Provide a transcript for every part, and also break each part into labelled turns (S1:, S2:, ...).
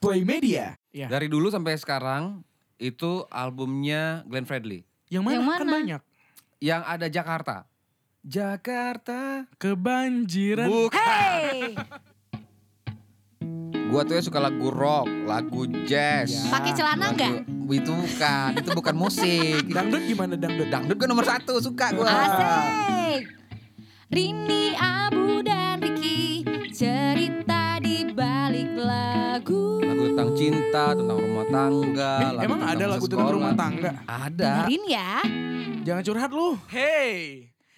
S1: Boy Media.
S2: Ya.
S3: Dari dulu sampai sekarang itu albumnya Glenn Fredly
S2: Yang mana?
S4: Yang
S2: Kan
S4: mana?
S2: banyak.
S3: yang ada Jakarta. Jakarta.
S2: Kebanjiran.
S3: Bukan.
S4: Hey,
S3: Gua tuh ya suka lagu rock, lagu jazz.
S2: Iya.
S4: pakai celana nggak?
S3: Lagu- Itu bukan, itu bukan musik.
S2: Dangdut gimana dangdut?
S3: Dangdut gue nomor satu, suka gue.
S4: Asik. Rini, Abu dan Riki cerita di balik lagu.
S3: Lagu tentang cinta, tentang rumah tangga.
S2: Eh,
S3: lagu
S2: emang
S3: tentang
S2: ada
S3: masa
S2: lagu tentang
S3: sekolah.
S2: rumah tangga?
S3: Ada.
S4: Dengerin ya.
S2: Jangan curhat lu. Hey,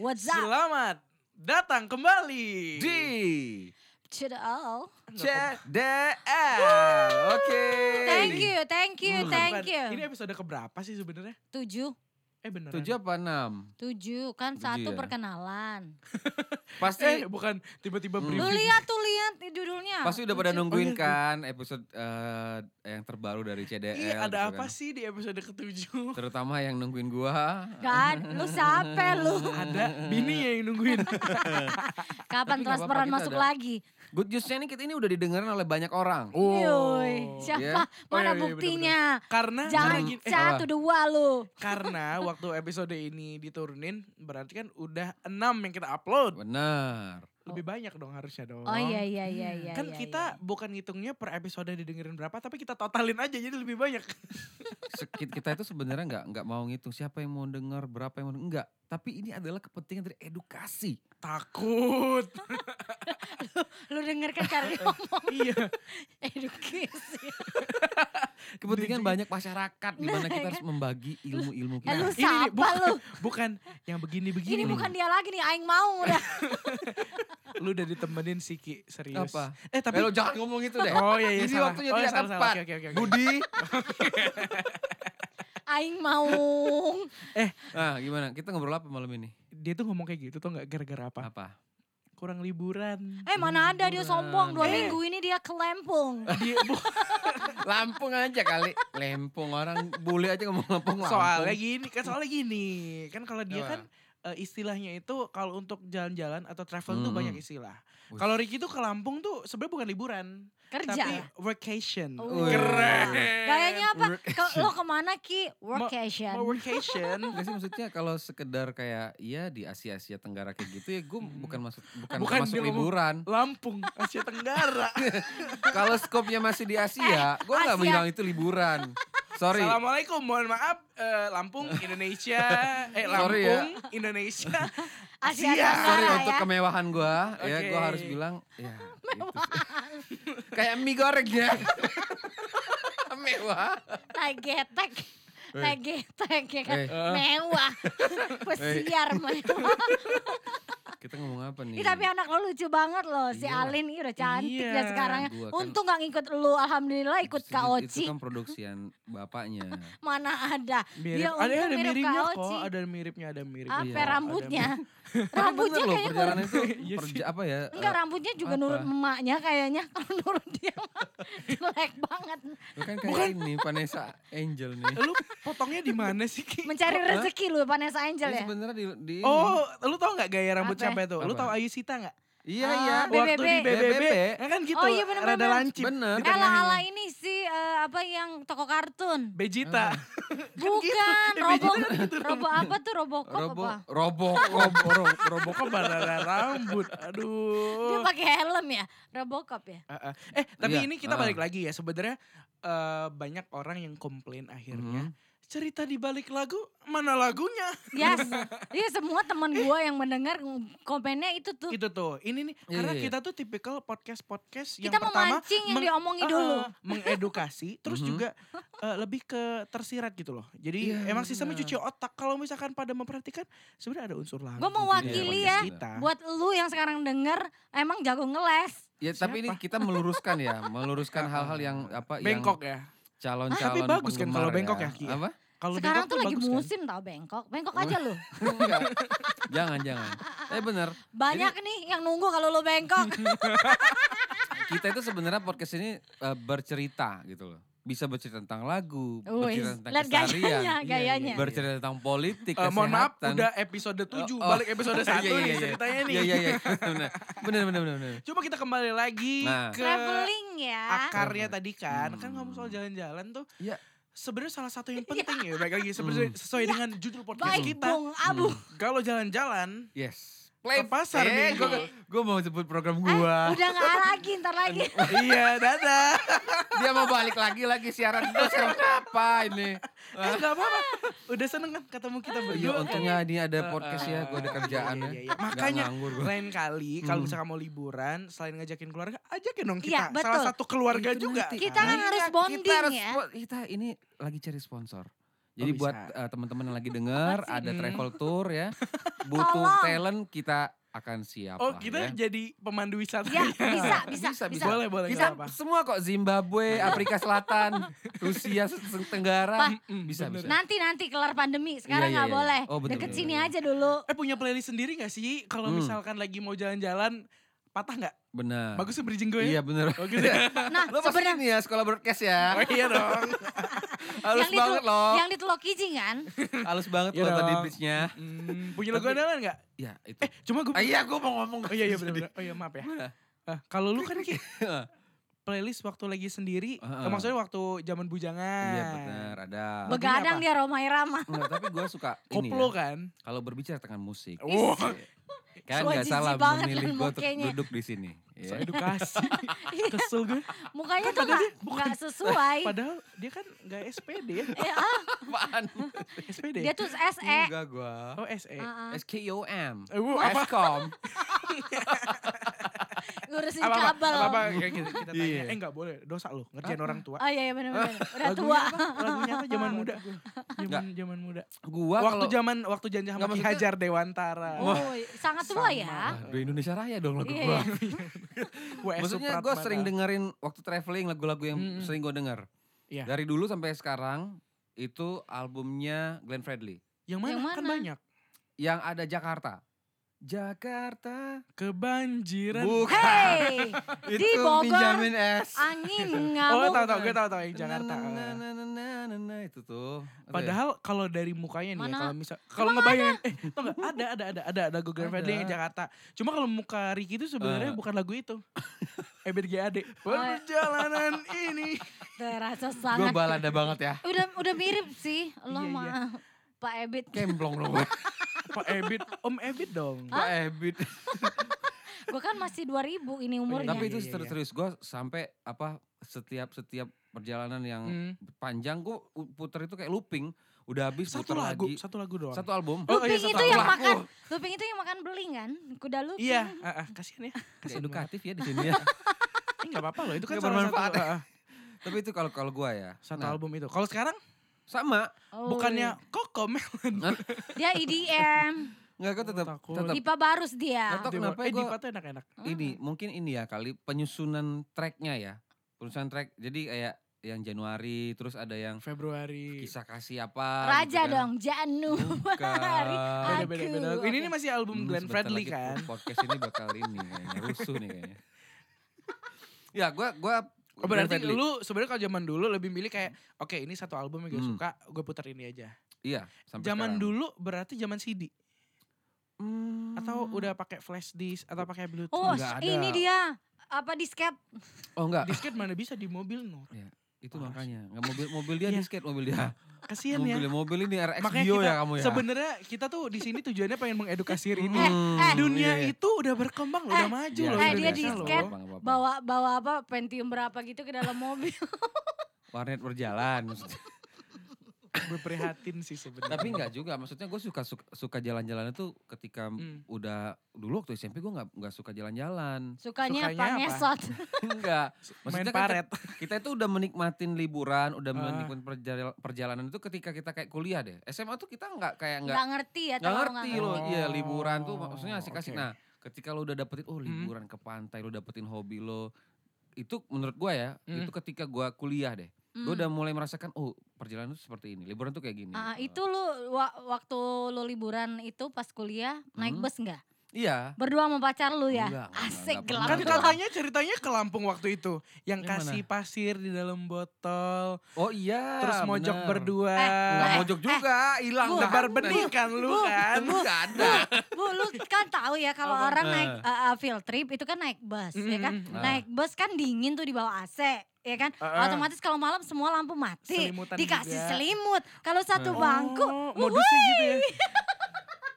S4: What's up
S2: selamat datang kembali.
S3: Di
S4: to the all?
S3: CDL. Oke.
S4: Thank you, thank you,
S2: Bukan,
S4: thank
S2: bukan. Ini
S4: you.
S2: episode keberapa sih sebenarnya?
S4: Tujuh,
S2: Eh beneran.
S3: Tujuh apa enam?
S4: tujuh kan
S3: Tujuh
S4: satu
S3: ya.
S4: perkenalan.
S3: Pasti
S2: Eh bukan tiba-tiba
S3: Hmm.
S4: Lu
S2: briefing.
S4: lihat tuh lihat di judulnya.
S3: pasti udah pada
S4: Tujuh.
S3: nungguin
S2: iya.
S3: kan episode eh, yang terbaru dari CDL.
S2: Iya ada
S3: gitu
S2: apa
S3: kan.
S2: sih di episode ketujuh?
S3: Terutama yang nungguin gua.
S4: Kan, lu siapa lu?
S2: ada bini yang nungguin.
S4: Kapan
S3: Tapi nggak apa-apa,
S4: transferan
S3: kita
S4: masuk
S3: ada-
S4: lagi?
S3: Good newsnya nih kita ini udah didengerin oleh banyak orang. Iya.
S4: Yoi, siapa?
S2: Oh, iya,
S4: Mana
S2: iya,
S4: buktinya?
S2: Karena
S4: Jangan
S2: karena gini- eh,
S4: satu dua lu.
S2: karena waktu episode ini diturunin berarti kan udah enam yang kita upload.
S3: Bener.
S2: Lebih banyak dong harusnya dong.
S4: Oh iya iya iya iya.
S2: kan
S4: iya,
S2: kita bukan ngitungnya per episode didengerin berapa tapi kita totalin aja jadi lebih banyak
S3: Sekit kita itu sebenarnya nggak nggak mau ngitung siapa yang mau dengar, berapa yang mau denger. enggak. Tapi ini adalah kepentingan dari edukasi.
S2: takut
S4: iya. lu dengarkan cara dia ngomong Eh,
S2: iya
S4: edukasi.
S3: Kepentingan
S2: Jadi-
S3: banyak masyarakat di mana kita harus membagi ilmu-ilmu
S4: Eh, lu
S3: kita.
S2: Nah, ini nih,
S4: siapa lu?
S2: bukan yang begini
S4: Ini
S2: begini
S4: bukan dia lagi nih, aing mau udah.
S2: lu udah ditemenin Siki serius
S3: Apa?
S2: eh
S3: Tapi
S2: tapi
S3: lo jangan ngomong itu deh.
S2: oh iya iya
S3: Ini
S2: salah.
S3: waktunya
S2: oh, iya,
S3: tidak
S2: salah, salah.
S3: tepat.
S2: Oke, oke, oke, oke.
S3: Budi.
S4: Aing mau.
S3: Nah, gimana? Kita ngobrol apa malam ini?
S2: dia tuh ngomong kayak gitu tuh nggak gara-gara apa
S3: Apa?
S2: kurang liburan
S4: Eh mana ada dia sombong dua
S3: Eh.
S4: minggu ini dia kelempung.
S2: dia bu-
S3: Lampung aja kali. Lempung orang bule aja ngomong Lampung. Lampung.
S2: soalnya gini kan soalnya gini kan kalau dia
S3: Oh, Apa?
S2: kan eh, istilahnya itu kalau untuk jalan-jalan atau travel tuh
S3: Hmm,
S2: banyak
S3: hmm.
S2: istilah.
S3: Wih.
S2: Kalau Ricky tuh ke Lampung tuh sebenarnya bukan liburan, tapi
S4: Kerja.
S2: vacation.
S4: Oh.
S3: Keren.
S4: Gayanya apa?
S2: eh,
S3: Work-
S4: Ke, lo kemana Ki?
S2: Mau- Mau
S4: Workation.
S2: vacation.
S3: Enggak sih maksudnya kalau sekedar kayak iya di Asia Asia Tenggara kayak gitu ya gue
S4: Hmm.
S3: bukan masuk bukan,
S2: Bukan
S3: masuk
S2: dia ngomong.
S3: liburan.
S2: Lampung, Asia Tenggara.
S3: kalau skopnya masih di Asia, gue nggak
S4: Asia.
S3: bilang itu liburan. Sorry.
S2: Assalamualaikum, mohon maaf. eh, Lampung, Indonesia. Eh, Lampung,
S3: Sorry ya.
S2: Indonesia.
S4: Asia
S2: Iya.
S3: Sorry
S4: Tenggara
S3: untuk
S4: ya.
S3: kemewahan gue, ya gue
S2: Oke.
S3: harus bilang ya itu sih. kayak mie goreng ya. Mewah.
S4: Tai getek.
S2: Eh.
S4: Tai getek ya kan.
S3: Eh.
S4: Mewah.
S2: Eh.
S4: Pesiar mewah.
S3: Kita ngomong apa nih?
S4: Ih, tapi anak lo lucu banget loh. Si
S3: Iya.
S4: Alin ini udah cantik
S2: Iya.
S4: ya sekarang. ya.
S3: Gua kan-
S4: Untung gak ngikut lu. Alhamdulillah ikut
S3: Itu-
S4: Kak
S3: Itu
S4: Oci.
S3: kan produksian bapaknya.
S4: Mana ada.
S2: Mirip,
S4: Dia untung
S2: ada, ada
S4: mirip
S2: miripnya
S4: Kak
S2: kok,
S4: Oci.
S2: ada miripnya, ada miripnya.
S4: Apa ya,
S3: Iya,
S4: rambutnya?
S3: kan Bener
S4: rambutnya
S3: loh
S4: kayaknya kurang.
S3: perjalanan itu
S2: Iya sih.
S3: perja- apa ya?
S4: Enggak
S3: eh,
S4: rambutnya juga
S3: apa?
S4: nurut emaknya kayaknya. Kalau nurut dia mah jelek banget.
S3: Bukan kan kayak ini Vanessa Angel nih.
S2: Lu potongnya di mana sih, Ki?
S4: Mencari
S3: Hah?
S4: rezeki lu Vanessa Angel
S3: Ini
S4: ya.
S3: sebenarnya di, di ini.
S2: Oh, lu tau gak gaya rambut
S4: Apa?
S2: siapa itu? Lu
S3: Apa?
S2: tau Ayu Sita gak?
S3: iya
S4: Ah,
S3: iya.
S4: BBB.
S2: Waktu di BBB, ya kan gitu,
S4: Oh, iya, bener,
S2: rada
S4: bener.
S2: lancip.
S3: Bener.
S2: di tengahnya.
S4: Ala-ala ini sih eh, apa yang toko kartun.
S2: Vegeta.
S3: Ah,
S4: Bukan,
S2: Eh,
S4: robo,
S2: Vegeta
S4: robo apa tuh Robocop
S3: Robo,
S4: apa?
S3: robo, robo, robo, robo.
S2: Pokoknya barara rambut,
S4: Dia
S2: aduh.
S4: pakai helm ya, Robocop ya.
S2: Ah, ah. Eh, tapi
S3: Iya,
S2: ini kita
S3: ah.
S2: balik lagi ya. Sebenarnya eh, banyak orang yang komplain
S3: Mhm.
S2: akhirnya. Cerita di balik lagu, mana lagunya?
S4: Yes, dia semua teman gua yang mendengar komennya itu tuh.
S2: Itu tuh, ini nih.
S3: Iya,
S2: Karena
S3: iya, iya.
S2: kita tuh tipikal podcast-podcast yang
S4: Kita
S2: pertama
S4: memancing yang
S2: meng-
S4: diomongin dulu. Mm-hmm.
S2: eh, mengedukasi, terus
S3: Mhm.
S2: juga eh, lebih ke tersirat gitu loh. Jadi
S3: Iya,
S2: emang sistemnya
S3: benar.
S2: cuci otak. Kalau misalkan pada memperhatikan, sebenarnya ada unsur lagu.
S4: Gua mewakili
S2: Iya, podcast
S4: ya,
S2: kita.
S4: Buat lu yang sekarang denger, emang jago ngeles.
S3: Ya tapi ini
S2: Siapa?
S3: kita meluruskan ya, meluruskan hal-hal yang apa
S2: Bengkok ya.
S3: yang calon-calon
S2: Ah, tapi bagus kan
S3: penggemar
S2: kalau bengkok ya, Ki, ya?
S3: Apa?
S2: Kalau
S4: sekarang
S2: bengkok
S4: tuh lagi
S2: bagus kan?
S4: musim tau bengkok. Bengkok aja lu.
S3: Enggak. jangan, jangan. Eh bener,
S4: Banyak nih yang nunggu kalau lu bengkok.
S3: kita itu sebenarnya podcast ini eh, bercerita gitu loh. Bisa bercerita tentang lagu,
S4: Wih,
S3: bercerita tentang
S4: lihat gayanya,
S3: keseharian,
S2: iya.
S4: gayanya.
S3: bercerita tentang politik,
S2: Eh, mohon maaf,
S3: kesehatan.
S2: udah episode 7,
S3: Oh, oh.
S2: balik episode 1
S3: Iya, iya,
S2: nih
S3: iya, iya.
S2: ceritanya nih.
S3: Iya, iya, iya. Bener, bener, bener, bener.
S2: Coba kita kembali lagi
S3: Nah.
S2: ke
S4: Traveling ya. ya.
S2: akarnya tadi kan, kan
S3: Hmm.
S2: ngomong soal jalan-jalan tuh.
S3: Iya. Hmm.
S2: Sebenarnya salah satu yang penting ya, baik lagi sebenarnya sesuai dengan judul podcast
S4: Iya. Baik
S2: kita. Hmm.
S4: Bung Abu.
S2: Kalau jalan-jalan
S3: Yes.
S2: Ke pasar
S3: eh,
S2: minggu.
S3: gua, gua mau sebut program
S4: Eh,
S3: gua.
S4: udah nggak lagi ntar lagi.
S2: iya, dadah.
S3: Dia mau balik lagi lagi siaran terus sekarang apa ini?
S2: Eh, gak apa-apa. Udah seneng kan ketemu kita
S3: Ya
S2: berdua kan.
S3: untungnya ini ada podcast ya, gua ada kerjaan
S2: Iya,
S3: ya.
S2: iya, iya. Makanya
S3: nganggur gua.
S2: lain kali kalau
S3: Hmm.
S2: misalkan mau liburan selain ngajakin keluarga, ajakin dong
S4: Iya,
S2: kita. Salah
S4: betul.
S2: satu keluarga
S3: Itu
S2: juga.
S3: nanti.
S4: Kita kan
S3: Iya,
S4: harus
S3: kita
S4: bonding
S3: harus
S4: ya.
S3: bo- Kita ini lagi cari sponsor.
S2: Oh,
S3: Jadi
S2: bisa.
S3: buat eh, teman-teman yang lagi denger
S4: Apa sih?
S3: ada
S2: Hmm.
S3: travel tour ya. Butuh
S4: Tolong.
S3: talent kita akan siap
S2: Oh,
S3: lah
S2: kita
S3: ya.
S2: jadi pemandu wisata.
S4: Ya bisa bisa
S3: Bisa,
S4: bisa.
S3: bisa.
S2: Boleh, boleh. nggak
S3: Kita
S2: apa-apa.
S3: semua kok Zimbabwe, Afrika Selatan, Rusia, Tenggara.
S2: Mm-mm,
S3: Bisa,
S2: bener.
S3: bisa.
S4: Nanti nanti kelar pandemi sekarang
S3: Iya, iya,
S4: nggak
S3: iya.
S4: boleh.
S3: Oh, betul,
S4: Deket
S3: betul,
S4: sini
S3: betul.
S4: aja dulu.
S2: Eh punya playlist sendiri gak sih? Kalau
S3: Hmm.
S2: misalkan lagi mau jalan-jalan, patah nggak?
S3: Benar.
S2: Bagus sih bridging gue ya?
S3: Iya bener.
S2: Oh gitu ya?
S4: Nah
S3: Lo pasti
S4: sebenarnya
S3: ini ya sekolah broadcast ya.
S2: Oh iya dong.
S3: Halus
S4: yang di
S3: banget loh.
S4: yang di Teluk Iji kan.
S3: Halus banget
S2: Iya
S3: loh tadi
S2: dong.
S3: bridge-nya.
S2: Hmm, punya lagu
S3: Tapi-
S2: andalan gak?
S3: Ya itu.
S2: Eh cuma gue...
S3: Ah, iya gue mau ngomong.
S2: Oh iya, iya bener-bener. Oh iya maaf ya.
S3: Mana?
S2: Eh, kalau lu kan Ki,
S3: Nah. Heeh.
S2: playlist waktu lagi sendiri, eh,
S3: Heeh.
S2: maksudnya waktu zaman bujangan.
S3: Iya benar ada.
S2: Lagunya
S4: Begadang
S2: apa?
S4: dia Roma Irama.
S3: Enggak, tapi gue suka ini
S2: Koplo
S3: ya,
S2: kan?
S3: kalau berbicara tentang musik.
S2: Wah,
S3: Kalian
S4: Wah,
S3: nggak
S4: jijik
S3: salah
S4: banget
S3: memilih
S4: dan
S3: gue untuk
S4: mukanya.
S3: duduk di sini.
S2: so
S3: Ya.
S2: edukasi.
S3: Iya.
S2: Kesel gue.
S4: Mukanya tuh nggak nggak sesuai.
S2: Padahal dia kan gak SPD ya.
S4: Eh, ah,
S3: Apaan?
S2: SPD.
S4: dia tuh SE.
S3: Enggak gue.
S2: Oh SE.
S4: Ah, ah.
S3: SKOM.
S2: Eh, bu, apa?
S3: SKOM.
S4: Ngurusin
S2: Apa-apa,
S4: kabel.
S2: Apa-apa, kayak kita, kita tanya.
S3: Iya.
S2: Eh enggak boleh, dosa lu. Ngerjain orang tua.
S4: Oh iya iya benar-benar. Udah
S2: Lagunya
S4: tua.
S2: apa? Lagunya apa? Zaman muda. Zaman zaman muda.
S3: Gue
S2: waktu
S3: kalau.
S2: zaman waktu Janja
S3: Nggak,
S2: sama Ki
S3: maksudnya-
S2: Hajar Dewantara.
S4: Oh, sangat tua
S2: Sama.
S4: ya.
S3: Aduh Indonesia Raya dong lagu
S4: Iya,
S3: gue.
S4: iya.
S2: WS
S3: Maksudnya gue
S2: Supratman.
S3: sering dengerin waktu traveling lagu-lagu yang
S2: Mm-mm.
S3: sering gue denger.
S2: Iya.
S3: Dari dulu sampai sekarang itu albumnya Glenn Fredly.
S2: Yang mana?
S4: Yang
S2: Kan
S4: mana?
S2: banyak.
S3: Yang ada Jakarta. Jakarta.
S2: Kebanjiran.
S3: Bukan.
S4: Hey,
S3: itu
S4: di Bogor.
S3: pinjamin es.
S4: angin
S2: oh,
S4: ngamuk.
S2: tahu tahu, gue tahu tahu yang Ah, Jakarta. eh.
S3: Na, na, na, na, na, na, itu tuh. Apa ya?
S2: Padahal kalau dari mukanya nih, ya,
S4: Mana?
S2: kalau misal kalau ngebayangin, eh, tau gak? Ada, ada, ada, ada, ada Google
S3: Ada.
S2: Friendly yang Jakarta. Cuma kalau muka Ricky itu sebenarnya
S3: Eh.
S2: bukan lagu itu. Ebet GAD. Perjalanan ini.
S4: Terasa
S3: Gue
S4: sangat.
S3: balada banget ya.
S4: Udah udah mirip sih.
S2: Iya,
S4: Lo
S2: iya.
S4: maaf. Pak Ebit.
S3: Kemblong dong gue.
S2: Pak Ebit, Om Ebit dong.
S3: Gue ebit.
S2: Iya,
S4: Gue kan masih 2000 ini umurnya.
S3: Tapi
S2: Iya,
S3: itu
S2: iya, iya.
S3: serius gue sampai apa setiap setiap perjalanan yang
S2: Hmm.
S3: panjang gue puter itu kayak looping. Udah habis
S2: Satu
S3: puter
S2: lagu,
S3: lagi.
S2: Gitu satu lagu doang.
S3: Satu album.
S2: Oh, iya,
S4: Luping
S2: satu
S4: itu yang
S2: album.
S4: makan, Luping itu yang makan beling kan? Kuda Luping.
S2: Iya, ah, ah, kasihan ya.
S3: Kayak
S2: Kasihan banget.
S3: edukatif ya di sini ya.
S2: Eh, nggak apa-apa loh, itu kan
S3: Nggak
S2: salah satu,
S3: bermanfaat ya.
S2: ah, ah,
S3: Tapi itu kalau kalau gue ya.
S2: satu
S3: nah,
S2: album itu. Kalau sekarang
S3: Sama.
S4: Oh,
S2: bukannya koko melon.
S4: dia E EDM.
S3: Enggak gue
S2: Oh,
S3: tetap
S2: takut.
S3: tetap
S4: Dipa Barus dia. Oh.
S3: Atau kenapa
S2: eh,
S3: gua-
S2: Dipa tuh enak-enak.
S3: ini mungkin ini ya kali penyusunan tracknya ya. Penyusunan track. Jadi kayak yang Januari terus ada yang
S2: Februari.
S3: kisah kasih apa gitu
S4: Raja
S3: kan.
S4: dong, Januari.
S3: Bukan.
S2: Beda-beda. beda.
S4: Aku,
S2: Ini
S4: oke.
S2: ini masih album
S3: Hmm,
S2: Glenn
S3: sebentar
S2: Fredly
S3: lagi
S2: kan.
S3: Podcast ini bakal ini kayaknya rusuh nih kayaknya. Ya, gua gua
S2: Oh, berarti lu sebenarnya kalau zaman dulu lebih milih kayak oke ini satu album yang gue
S3: Hmm.
S2: suka, gue putar ini aja.
S3: Iya, sampai
S2: Zaman
S3: sekarang.
S2: dulu berarti zaman CD
S3: Hmm.
S2: atau udah pakai flash disk atau pakai bluetooth.
S4: Oh,
S3: Nggak ada.
S4: ini dia. Apa disket?
S3: Oh enggak,
S2: Disket mana bisa di mobil no.
S3: itu
S2: Parah
S3: makanya. Enggak mobil mobil dia
S2: Iya.
S3: disket mobil dia.
S2: Kasihan ya.
S3: Mobil mobil ini RX
S2: Makanya
S3: Bio
S2: kita
S3: ya kamu ya.
S2: sebenarnya kita tuh di sini tujuannya pengen mengedukasi Rini.
S3: Hmm,
S4: eh,
S2: Dunia
S3: iya, iya.
S2: itu udah berkembang loh,
S4: Eh,
S2: udah maju
S3: Iya,
S2: loh.
S4: eh,
S2: udah
S4: dia
S2: biasa
S3: nggak
S2: loh.
S4: disket,
S3: apa-apa, nggak apa-apa.
S4: Bawa bawa apa? Pentium berapa gitu ke dalam mobil.
S3: warnet berjalan. maksudnya.
S2: Berprihatin sih sebenarnya.
S3: Tapi enggak juga, maksudnya gue suka suka, suka jalan-jalan itu ketika
S2: Hmm.
S3: udah dulu waktu SMP gue nggak nggak suka jalan-jalan
S4: Sukanya,
S2: Sukanya
S4: apa?
S2: apa?
S4: Ngesot.
S3: enggak
S2: Main
S3: Maksudnya kan
S2: paret.
S3: kita itu udah menikmatin liburan, udah
S2: Ah.
S3: menikmatin perjala- perjalanan itu ketika kita kayak kuliah deh. SMA tuh kita nggak kayak nggak
S4: Nggak ngerti ya.
S3: nggak
S4: terlalu
S3: ngerti
S2: nggak
S3: loh,
S2: ngerti.
S3: iya liburan tuh
S2: Oh,
S3: maksudnya
S2: oke.
S3: asik-asik.
S2: Hmm.
S3: Nah, ketika lo udah dapetin oh liburan ke pantai, lo dapetin hobi lo, itu menurut gua ya,
S2: Hmm.
S3: itu ketika gua kuliah deh,
S4: Hmm.
S3: gua udah mulai merasakan oh perjalanan tuh seperti ini, liburan tuh kayak gini.
S4: Ah,
S3: gitu.
S4: itu lu wa- waktu lu liburan itu pas kuliah naik
S3: Hmm.
S4: bus nggak?
S3: Iya.
S4: Berdua sama pacar lu ya?
S3: Enggak, enggak,
S4: Asik
S3: enggak
S4: gelap
S3: pernah.
S2: Kan
S3: Enggak.
S4: gelap.
S2: katanya ceritanya ke Lampung waktu itu. Yang
S3: Yang
S2: kasih pasir di dalam botol.
S3: Oh iya.
S2: terus mojok
S3: bener.
S2: berdua.
S3: Enggak
S4: Eh,
S3: mojok juga, hilang
S4: Bu,
S2: Tebar
S3: kan.
S2: benih kan lu
S4: Bu,
S2: kan.
S3: Bu, Enggak ada.
S4: Bu, lu kan tahu ya kalau
S2: Apa?
S4: orang naik
S3: Eh.
S4: uh, uh, field trip itu kan naik bus, ya kan?
S2: Mm-mm.
S3: Ah.
S4: Naik bus kan dingin tuh di bawah AC, ya kan?
S2: Ah, ah.
S4: Otomatis kalau malam semua lampu mati,
S2: Selimutan
S4: dikasih
S2: juga.
S4: selimut. Kalau satu
S2: Oh,
S4: bangku,
S2: modusnya gitu ya.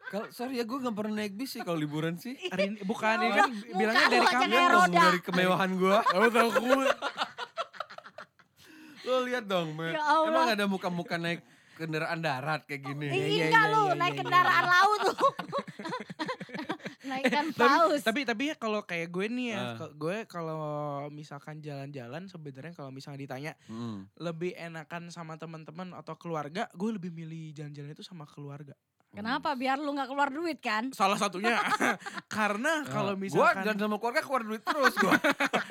S3: Kalau sorry ya gue gak pernah naik bis sih kalau liburan sih.
S2: Rin- bukan ini
S4: Ya Allah,
S2: kan bilangnya
S4: muka
S2: dari
S4: lu aja
S2: kamu
S4: kayak
S2: dong.
S3: dong
S4: roda.
S3: dari kemewahan gue.
S2: Kamu tahu gue.
S3: Lo lihat dong, men.
S4: Ya Allah.
S3: Emang ada muka-muka naik kendaraan darat kayak gini.
S2: Iya,
S4: Iya
S2: iya,
S4: enggak
S2: iya,
S4: lu
S2: iya,
S4: naik
S2: iya,
S4: kendaraan laut lu. Naikkan
S2: Eh,
S4: paus.
S2: Tapi tapi ya kalau kayak gue nih ya,
S3: Ah.
S2: kalau gue kalau misalkan jalan-jalan sebenarnya kalau misalnya ditanya
S3: Hmm.
S2: lebih enakan sama teman-teman atau keluarga, gue lebih milih jalan-jalan itu sama keluarga.
S4: Kenapa
S2: Hmm.
S4: biar lu nggak keluar duit kan?
S2: Salah satunya karena
S3: Ah.
S2: kalau
S3: Gue Eh, dan
S2: misalkan
S3: sama keluarga keluar duit terus gue.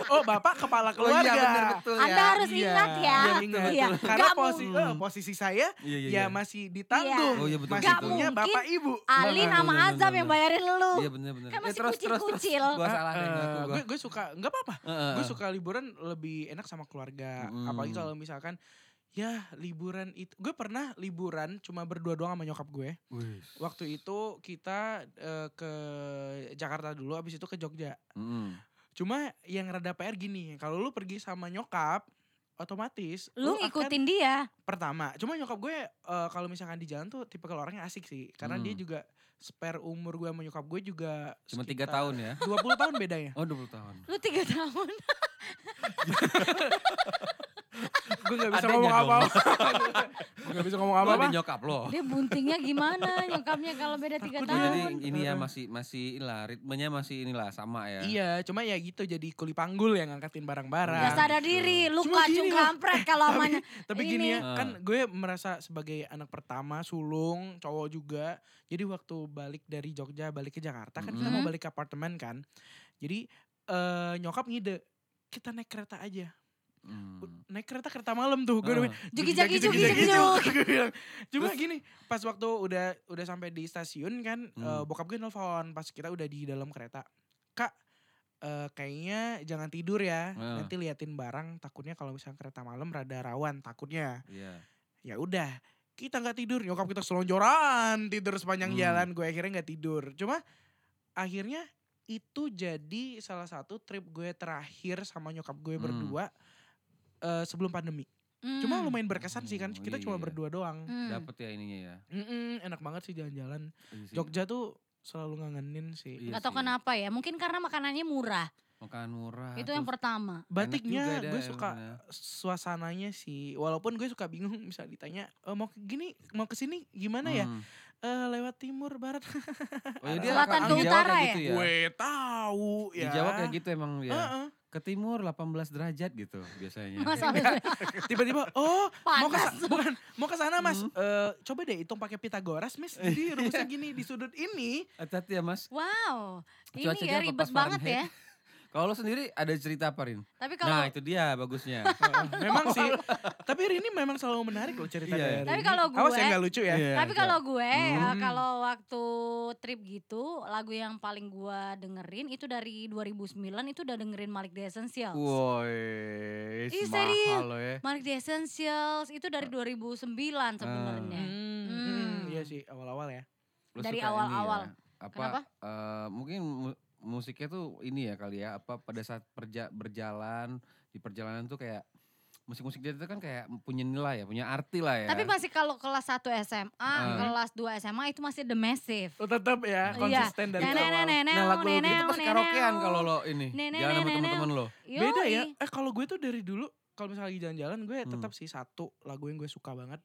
S2: oh Bapak kepala
S3: Oh
S2: keluarga.
S3: iya bener betul
S4: Anda
S3: ya.
S4: harus
S2: Iya,
S4: ingat ya.
S2: iya, ingat.
S4: Iya.
S2: Karena
S4: Nggak
S2: posisi,
S3: mungkin.
S2: eh, posisi saya
S3: Iya,
S2: ya
S3: iya, iya.
S2: masih ditanggung.
S4: Iya.
S3: Oh, iya, betul,
S2: Masih
S4: betul.
S2: punya
S4: Nggak
S2: Bapak Ibu.
S4: Alin
S3: Benar,
S4: sama
S3: benar,
S4: Azam yang
S3: benar.
S4: bayarin lu.
S3: Iya bener-bener.
S4: Kan masih kucil-kucil.
S3: Gue
S2: Ah,
S3: salah deh
S2: eh,
S3: ngaku gue.
S2: gue gue suka nggak apa-apa
S3: Heeh.
S2: gue suka liburan lebih enak sama keluarga
S3: Mm.
S2: apalagi kalau misalkan ya liburan itu gue pernah liburan cuma berdua doang sama nyokap gue
S3: Wih.
S2: waktu itu kita eh, ke Jakarta dulu abis itu ke Jogja
S3: Mm-mm.
S2: cuma yang rada PR gini kalau lu pergi sama nyokap otomatis
S4: Lu
S2: akan-
S4: ngikutin dia.
S2: pertama cuma nyokap gue eh, kalau misalkan di jalan tuh tipe kalau orangnya asik sih karena dia
S3: Hmm.
S2: juga spare umur gue sama nyokap gue juga
S3: Cuma tiga
S2: sekitar
S3: tahun ya.
S2: 20 tahun bedanya
S3: Oh 20 tahun.
S4: Lu tiga tahun.
S2: gue gak bisa
S3: Adanya
S2: ngomong
S3: dong.
S2: apa-apa. gue gak bisa ngomong
S3: Lu
S2: apa-apa.
S3: ada nyokap lo.
S2: Oh.
S4: Dia buntingnya gimana nyokapnya kalau beda tiga
S2: Takut
S3: Oh, jadi
S4: tahun.
S3: ini ya masih masih inilah ritmenya masih inilah sama ya.
S2: Iya, cuma ya gitu jadi kuli panggul yang ngangkatin
S4: Ya
S2: barang-barang.
S3: Biasa.
S4: sadar diri, lu
S2: Iya. Cuma gini
S4: kacung
S2: loh.
S4: kampret kalau sama
S2: Tapi, tapi gini
S4: ini.
S2: ya, kan gue merasa sebagai anak pertama, sulung, cowok juga. Jadi waktu balik dari Jogja, balik ke Jakarta, kan kita mau
S4: Mhm.
S2: balik ke apartemen kan. Jadi eh, nyokap ngide, kita naik kereta aja.
S3: Hmm.
S2: Naik kereta kereta malam tuh. Gue udah
S3: Ah.
S4: Jugi-jagi, jugi-jagi,
S2: Gue bilang, Cuma gini, pas waktu udah udah sampai di stasiun kan,
S3: Hmm.
S2: eh, bokap gue nelfon pas kita udah di dalam kereta. Kak, eh, kayaknya jangan tidur ya.
S3: Ah.
S2: Nanti liatin barang, takutnya kalau misalnya kereta malam rada rawan, takutnya.
S3: Iya.
S2: Ya udah, kita nggak tidur. Nyokap kita selonjoran tidur sepanjang
S3: Hmm.
S2: jalan. Gue akhirnya nggak tidur. Cuma akhirnya itu jadi salah satu trip gue terakhir sama nyokap gue
S3: Hmm.
S2: berdua eh, sebelum pandemi.
S4: Hmm.
S2: Cuma lumayan berkesan sih kan
S3: Oh,
S2: kita
S3: iya,
S2: cuma
S3: iya.
S2: berdua doang.
S4: Hmm.
S3: Dapat ya ininya ya.
S2: Mm-mm, enak banget sih jalan-jalan.
S3: Iya sih.
S2: Jogja tuh selalu ngangenin sih.
S3: Iya
S4: Gak tau
S3: sih.
S4: kenapa ya, mungkin karena makanannya murah.
S3: Makanan
S2: Nah,
S3: murah.
S4: itu yang
S3: terus
S4: pertama.
S3: enak juga
S2: Batiknya
S3: dah
S2: gue suka
S3: emangnya.
S2: suasananya sih. Walaupun gue suka bingung bisa ditanya "Eh, mau ke gini, mau ke sini gimana ya?
S3: Hmm.
S2: Eh, lewat timur, barat.
S3: Oh, ya dia
S4: Selatan
S3: akan-
S4: ke
S3: di Jawa
S4: utara
S3: kayak
S4: ya?
S3: gitu
S2: Gue tahu
S3: Di
S2: ya.
S3: Jawa kayak gitu emang ya.
S2: Heeh.
S3: Ke timur 18 derajat gitu biasanya.
S4: Masa habis-
S2: Tiba-tiba, oh Iya. mau ke
S4: panas.
S2: sa- bukan mau ke sana mas.
S3: Hmm.
S2: Eh, coba deh hitung pakai Pitagoras, Miss. Jadi rumusnya gini di sudut ini.
S3: Hati-hati ya Mas.
S4: Wow, ini
S3: Cuacanya
S4: ya
S3: apa
S4: ribet
S3: pas
S4: banget ya.
S3: Fahrenheit? Kalau lo sendiri ada cerita apa Rin?
S4: Tapi
S3: Nah
S4: kalau
S3: itu dia bagusnya.
S2: Heeh, memang sih. Tapi Rini memang selalu menarik loh cerita
S3: Oh. Iya.
S2: dari
S4: Tapi
S2: Rini.
S4: kalau
S2: Awas ya
S4: gue-
S2: nggak lucu ya.
S3: Iya,
S4: tapi kalau gue ya,
S2: Hmm.
S4: kalau waktu trip gitu lagu yang paling gue dengerin itu dari 2009 itu udah dengerin Malik The Essentials.
S3: Woi,
S4: Ih, serius.
S3: mahal lo ya.
S4: Malik The Essentials itu dari 2009 sebenarnya.
S2: Hmm,
S4: Hmm.
S2: hmm, Iya sih awal-awal ya.
S3: Lu
S4: Dari
S3: suka ini
S4: awal-awal.
S3: ya, Apa?
S4: Kenapa?
S3: eh, mungkin mu- musiknya tuh ini ya kali ya. Apa pada saat perja- berjalan di perjalanan tuh kayak musik-musik dia itu kan kayak punya nilai ya, punya arti lah
S2: iya.
S3: ya.
S4: Tapi masih kalau kelas 1 SMA,
S3: Hmm.
S4: kelas 2 SMA itu masih The Massive.
S2: Ah. Oh, tetap ya
S4: Iya.
S2: konsisten dari
S4: Nenek,
S2: awal.
S4: nenek,
S3: nah lagu lo gitu
S4: nenek,
S3: pasti
S4: nenek.
S3: karaokean kalau lo ini
S4: Neneu,
S3: jalan sama
S4: neneu,
S3: teman-teman lo.
S2: Beda ya.
S4: nah. Yoi.
S2: Eh kalau gue tuh dari dulu kalau misalnya lagi jalan-jalan gue
S3: Hmm.
S2: tetap sih satu lagu yang gue suka banget.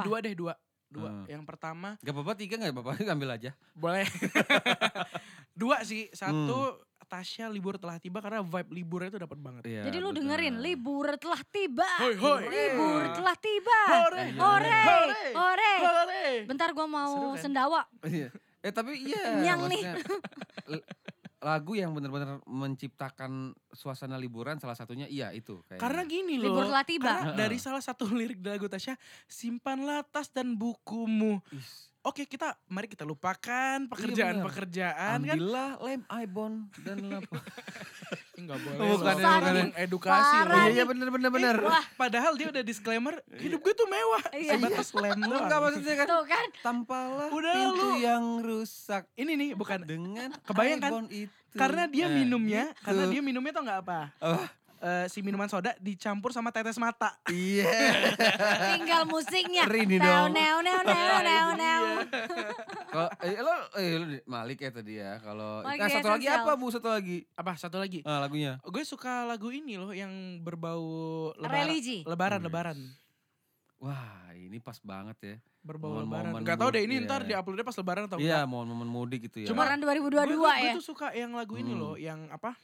S2: Eh dua deh dua. Dua.
S3: Hmm.
S2: Yang pertama
S3: Gak apa-apa tiga gak apa-apa ambil aja.
S2: boleh. dua sih. Satu Tasya libur telah tiba karena vibe liburnya tuh dapat banget.
S3: Iya,
S4: Jadi lu
S3: betul.
S4: dengerin libur telah tiba.
S2: Ya, Hoi, hoi.
S4: Libur telah tiba.
S2: Hore.
S3: Iya.
S4: Ore, ore.
S2: Hore.
S4: Bentar gua
S2: Seru
S4: mau
S2: kan?
S4: sendawa.
S3: Iya. Eh tapi iya.
S4: Kenyang nih.
S3: maksudnya l- Lagu yang benar-benar menciptakan suasana liburan salah satunya iya itu kayaknya.
S2: Karena gini loh.
S4: Libur telah tiba.
S2: Karena
S3: Heeh.
S2: dari salah satu lirik lagu Tasya, simpanlah tas dan bukumu.
S3: Is,
S2: Oke kita, mari kita
S3: Iya,
S2: lupakan pekerjaan-pekerjaan kan.
S3: ambillah lem ibon dan lapor.
S2: Enggak boleh.
S3: Oh, bukan,
S2: Sob.
S3: bukan.
S2: Ngomong edukasi.
S4: Parah
S2: loh.
S4: nih.
S3: iya bener bener bener.
S4: Wah,
S2: Padahal dia udah disclaimer, hidup gue tuh mewah.
S4: Iya.
S2: Sebatas lem
S3: Lu
S2: doang.
S3: enggak maksudnya kan
S4: tuh kan.
S3: tampalah
S2: Udah
S3: pintu
S2: lu.
S3: yang rusak
S2: Ini nih bukan.
S3: dengan
S2: Kebayang kan?
S3: ibon itu.
S2: Karena dia
S3: Nah, Oh.
S2: minumnya,
S3: gitu.
S2: karena dia minumnya tau nggak apa?
S3: Apa?
S2: Eh, si minuman soda dicampur sama tetes mata.
S3: Iya.
S4: Tinggal musiknya.
S3: Rini
S4: Neo,
S3: dong.
S4: neo, neo,
S2: Nah,
S4: neo, neo, neo.
S3: Kalau eh, lo eh lo di- Malik ya tadi ya. Kalau
S4: Malik
S3: nah,
S4: di
S3: satu lagi
S4: Essential.
S3: apa Bu? Satu lagi
S2: Apa satu lagi?
S3: eh, lagunya.
S2: Gue suka lagu ini loh yang berbau lebaran.
S4: Religi.
S2: Lebaran,
S3: Hmm.
S2: lebaran.
S3: Wah, ini pas banget ya.
S2: Berbau
S3: Momen-momen
S2: lebaran. Gak tau deh ini
S3: mudik,
S2: ntar
S3: ya.
S2: di uploadnya pas lebaran atau
S3: Iya,
S2: enggak.
S3: momen-momen mudik gitu ya.
S2: Cuma-
S4: Lebaran
S2: Gue-
S4: 2022
S2: gue-
S4: ya.
S2: Gue tuh suka yang lagu ini
S3: Hmm.
S2: loh, yang apa?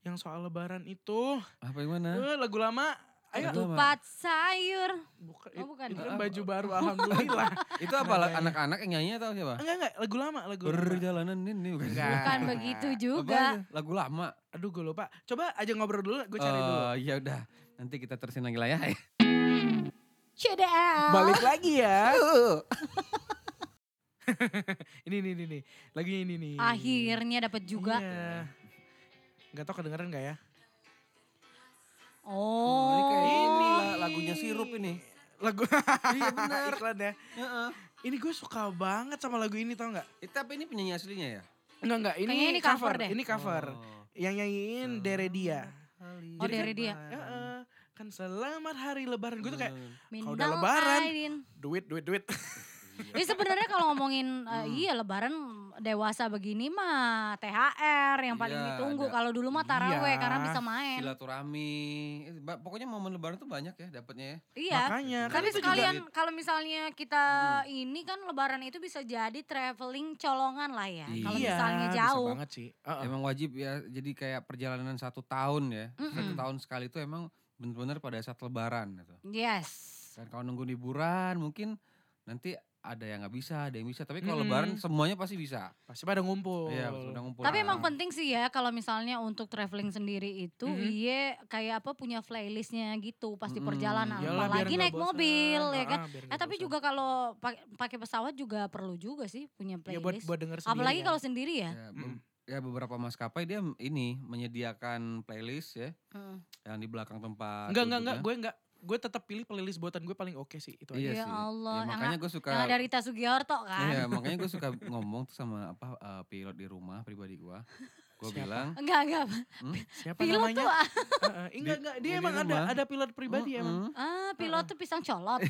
S2: Yang soal lebaran itu.
S3: Ah, apa gimana?
S2: Eh, lagu lama. Ayo.
S3: Lagu-
S4: Ketupat sayur.
S2: Bukan,
S4: Oh, bukan.
S2: Itu kan baju baru alhamdulillah.
S3: Itu apa la-
S2: Kenapa ini?
S3: anak-anak yang nyanyi atau siapa?
S2: enggak enggak, lagu lama, lagu lama.
S3: Perjalanan ini bukan.
S2: Enggak.
S4: Bukan begitu juga.
S3: Apa itu? Lagu lama.
S2: Aduh gue lupa. Coba aja ngobrol dulu, gue cari dulu.
S3: Eh, ya udah, nanti kita terusin lagi lah ya.
S4: CDL.
S2: Balik lagi ya. ini nih, ini nih. Lagunya ini nih.
S4: Akhirnya dapat juga.
S2: Iya. Gak tau kedengeran gak ya?
S4: Oh.
S3: Ini kayak ini
S2: Ini.
S3: lah, lagunya sirup ini.
S2: Lagu.
S3: Iya, benar.
S2: Iklan ya.
S3: Heeh.
S2: Ini gue suka banget sama lagu ini tau gak?
S3: Eh, tapi ini penyanyi aslinya ya?
S2: Enggak, enggak. Ini,
S4: Kayaknya ini cover deh.
S2: Ini cover.
S3: Oh.
S2: Yang nyanyiin Dere Dia.
S4: Oh, dari dia.
S2: Heeh. Kan selamat hari lebaran. Gue tuh kayak
S3: Hmm.
S2: Kalau udah
S4: Minal
S2: lebaran.
S4: Aidin.
S2: duit, duit, duit.
S4: Ya sebenarnya kalau ngomongin eh,
S3: Hmm.
S4: iya lebaran dewasa begini mah THR yang paling
S3: Iya,
S4: ditunggu.
S3: ada-
S4: Kalau dulu mah taraweh
S2: Iya.
S4: karena bisa main.
S3: Silaturahmi. Eh, ba- Pokoknya momen lebaran tuh banyak ya dapatnya ya.
S4: Iya.
S2: Makanya. kan
S4: Tapi
S2: itu juga- Hmm.
S4: sekalian kalau misalnya kita ini kan lebaran itu bisa jadi traveling colongan lah ya. Kalau
S2: Iya,
S4: misalnya
S2: bisa
S4: jauh.
S2: banget sih. Heeh.
S3: Emang wajib ya. Jadi kayak perjalanan satu tahun ya. Satu
S4: Mm-mm.
S3: tahun sekali tuh emang bener-bener pada saat lebaran gitu.
S4: Yes.
S3: Dan kalau nunggu liburan mungkin nanti ada yang nggak bisa, ada yang bisa. Tapi kalau
S2: Mm-mm.
S3: lebaran semuanya pasti bisa.
S2: Pasti pada ngumpul.
S3: Iya, udah ngumpul.
S4: Tapi emang
S3: Ah.
S4: penting sih ya kalau misalnya untuk traveling sendiri itu
S2: Mhm.
S4: iya kayak apa punya playlistnya gitu pasti
S3: Mm-mm.
S4: perjalanan
S3: Yalah, biar
S4: apalagi
S2: Hmm, nggak
S4: naik
S2: bosan.
S4: mobil ya kan.
S2: Ah, biar
S4: Eh
S2: nggak
S4: tapi
S2: bosan.
S4: juga kalau pak- pakai pesawat juga perlu juga sih punya
S2: ya buat
S4: playlist.
S2: buat denger sendiri.
S4: Apalagi
S2: kan.
S4: kalau sendiri ya.
S3: Ya, be-
S2: Mm.
S3: ya beberapa maskapai dia m- ini menyediakan playlist ya
S4: Heeh.
S3: yang di belakang tempat.
S2: Enggak,
S3: gitu kan.
S2: enggak, enggak.
S3: duduknya.
S2: Gue enggak. Gue tetap pilih playlist buatan gue paling oke sih. Itu aja.
S3: Iya
S4: Ya
S3: sih.
S4: Allah,
S3: Ya,
S4: yang
S3: makanya gue suka.
S4: Yang dari Rita Sugiharto
S3: Iya,
S4: kan.
S3: makanya gue suka ngomong tuh sama apa eh, pilot di rumah pribadi gue. Gue
S2: Siapa?
S3: bilang
S4: Enggak, enggak.
S2: Siapa
S4: Pilot
S2: namanya?
S4: tuh ah,
S2: Heeh, enggak, enggak. Dia
S3: di
S2: emang ada
S3: rumah.
S2: ada pilot pribadi emang.
S3: "Mm-mm,
S4: ah, pilot tuh pisang colot.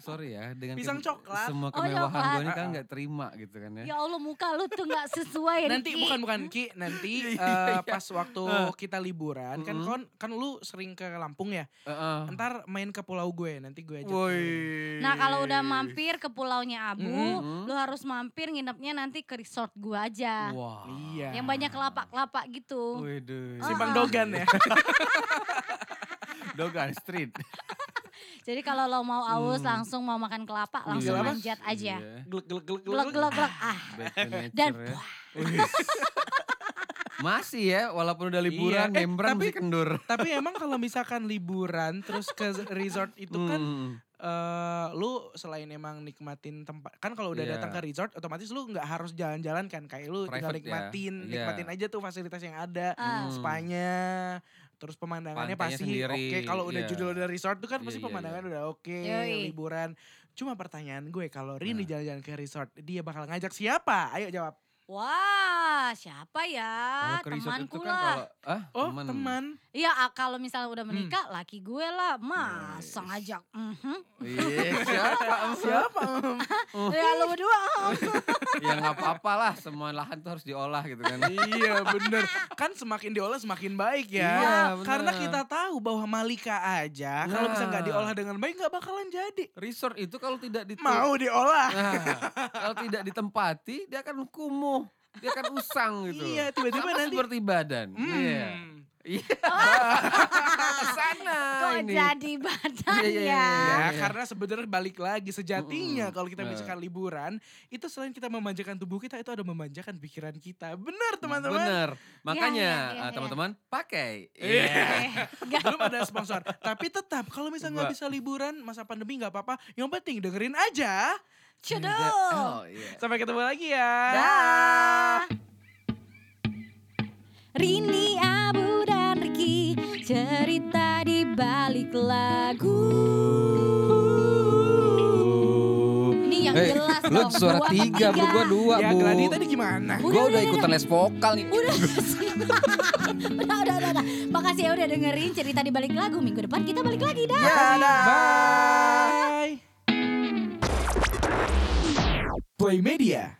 S3: Sorry ya dengan
S2: Pisang
S3: ke-
S2: coklat. iya,
S3: Semua
S4: Oh,
S3: kemewahan
S4: coklat.
S3: gue ini kan nggak terima gitu kan ya.
S4: Ya Allah muka lu tuh gak sesuai
S2: Nanti
S4: Ricky.
S2: bukan bukan Ki, nanti
S3: Iya,
S2: eh,
S3: iya.
S2: pas waktu kita liburan kan
S3: Mm-mm.
S2: kon kan lu sering ke Lampung ya.
S3: Heeh.
S2: Ntar main ke pulau gue, nanti gue ajak.
S3: Woi.
S2: lu.
S4: Nah kalau udah mampir ke pulaunya Abu,
S3: Mm-mm.
S4: lu harus mampir nginepnya nanti ke resort gua aja.
S3: Mm-hmm. Wah.
S2: Iya.
S4: Yang banyak kelapa-kelapa gitu.
S3: Waduh.
S2: Si Bang Dogan ya.
S3: Dogan Street.
S4: Jadi kalau lo mau aus
S3: Hmm.
S4: langsung mau makan kelapa langsung
S2: Iya.
S4: manjat aja.
S3: Iya.
S2: Glek glek glek glek. glek.
S4: Glek-glek-glek. Ah.
S3: Back to nature
S4: Dan
S3: ya. Wih. Masih ya, walaupun udah liburan,
S2: Iya, eh,
S3: membran
S2: tapi-
S3: masih kendur.
S2: Tapi emang kalau misalkan liburan terus ke resort itu kan
S3: Hmm.
S2: eh lu selain emang nikmatin tempat kan kalau udah
S3: Iya.
S2: datang ke resort otomatis lu nggak harus jalan-jalan kan kayak lu tinggal
S3: Private ya,
S2: nikmatin
S3: iya.
S2: nikmatin aja tuh fasilitas yang ada
S4: Ah.
S3: Hmm.
S2: spanya terus pemandangannya
S3: Pantainya
S2: pasti oke
S3: sendiri,
S2: kalau udah
S3: iya.
S2: judul udah resort tuh kan pasti
S3: Iya, iya,
S2: pemandangan
S3: iya.
S2: udah oke
S4: Yoi.
S2: liburan cuma pertanyaan gue kalau Rini
S3: Nah.
S2: jalan-jalan ke resort dia bakal ngajak siapa ayo jawab
S4: Wah, siapa ya?
S3: Kalau ke resort itu
S4: Temanku
S3: kan
S4: lah.
S3: kalau ah,
S2: oh teman
S4: Iya, ah, kalau misalnya
S3: Hmm.
S4: udah menikah, laki gue lah. Masa ngajak? Mhm.
S3: Iya, siapa?
S2: siapa
S3: Oh.
S4: Ya lu berdua.
S3: ya nggak apa-apa lah, semua lahan tuh harus diolah gitu kan.
S2: iya bener kan semakin diolah semakin baik ya
S3: Iya, bener.
S2: karena kita tahu bahwa Malika aja kalau bisa nggak
S3: Nah.
S2: diolah dengan baik nggak bakalan jadi
S3: Resort itu kalau tidak ditu-
S2: mau diolah
S3: Nah, kalau tidak ditempati, dia akan kumuh, dia akan usang gitu.
S2: iya tiba-tiba
S3: Sama
S2: nanti
S3: seperti badan.
S2: Hmm,
S3: Iya. Iya. Sana
S4: Kok
S3: Nah, ini.
S4: jadi badan
S3: Iya, iya, iya,
S4: ya?
S3: iya.
S2: Ya, karena sebenarnya balik lagi sejatinya
S3: Mm-mm.
S2: kalau kita
S3: Nah.
S2: misalkan liburan itu selain kita memanjakan tubuh kita itu ada memanjakan pikiran kita. Benar teman-teman.
S3: Bener. Makanya
S4: iya, iya,
S3: eh,
S4: iya.
S3: teman-teman pakai.
S2: Iya.
S4: Eh, nggak.
S2: Belum ada sponsor. Tapi tetap kalau misalnya nggak
S3: Mbak.
S2: bisa liburan masa pandemi nggak apa-apa. Yang penting dengerin aja.
S4: Cedul.
S3: Oh, iya.
S2: Sampai ketemu lagi ya.
S4: Dah. Rini Abu dan Riki cerita di balik lagu. Ini yang
S3: Eh,
S4: jelas
S3: lu
S4: dong.
S3: suara
S4: dua per
S3: tiga, bro. Gua dua,
S2: Ya
S3: bu.
S2: Gladi tadi gimana?
S4: Udah,
S3: Gue
S4: udah,
S3: udah ikutan les vokal nih.
S4: Udah, udah, udah, udah, udah. Makasih ya udah dengerin cerita di balik lagu. Minggu depan kita balik lagi dah.
S2: Ya, Bye. Play Media.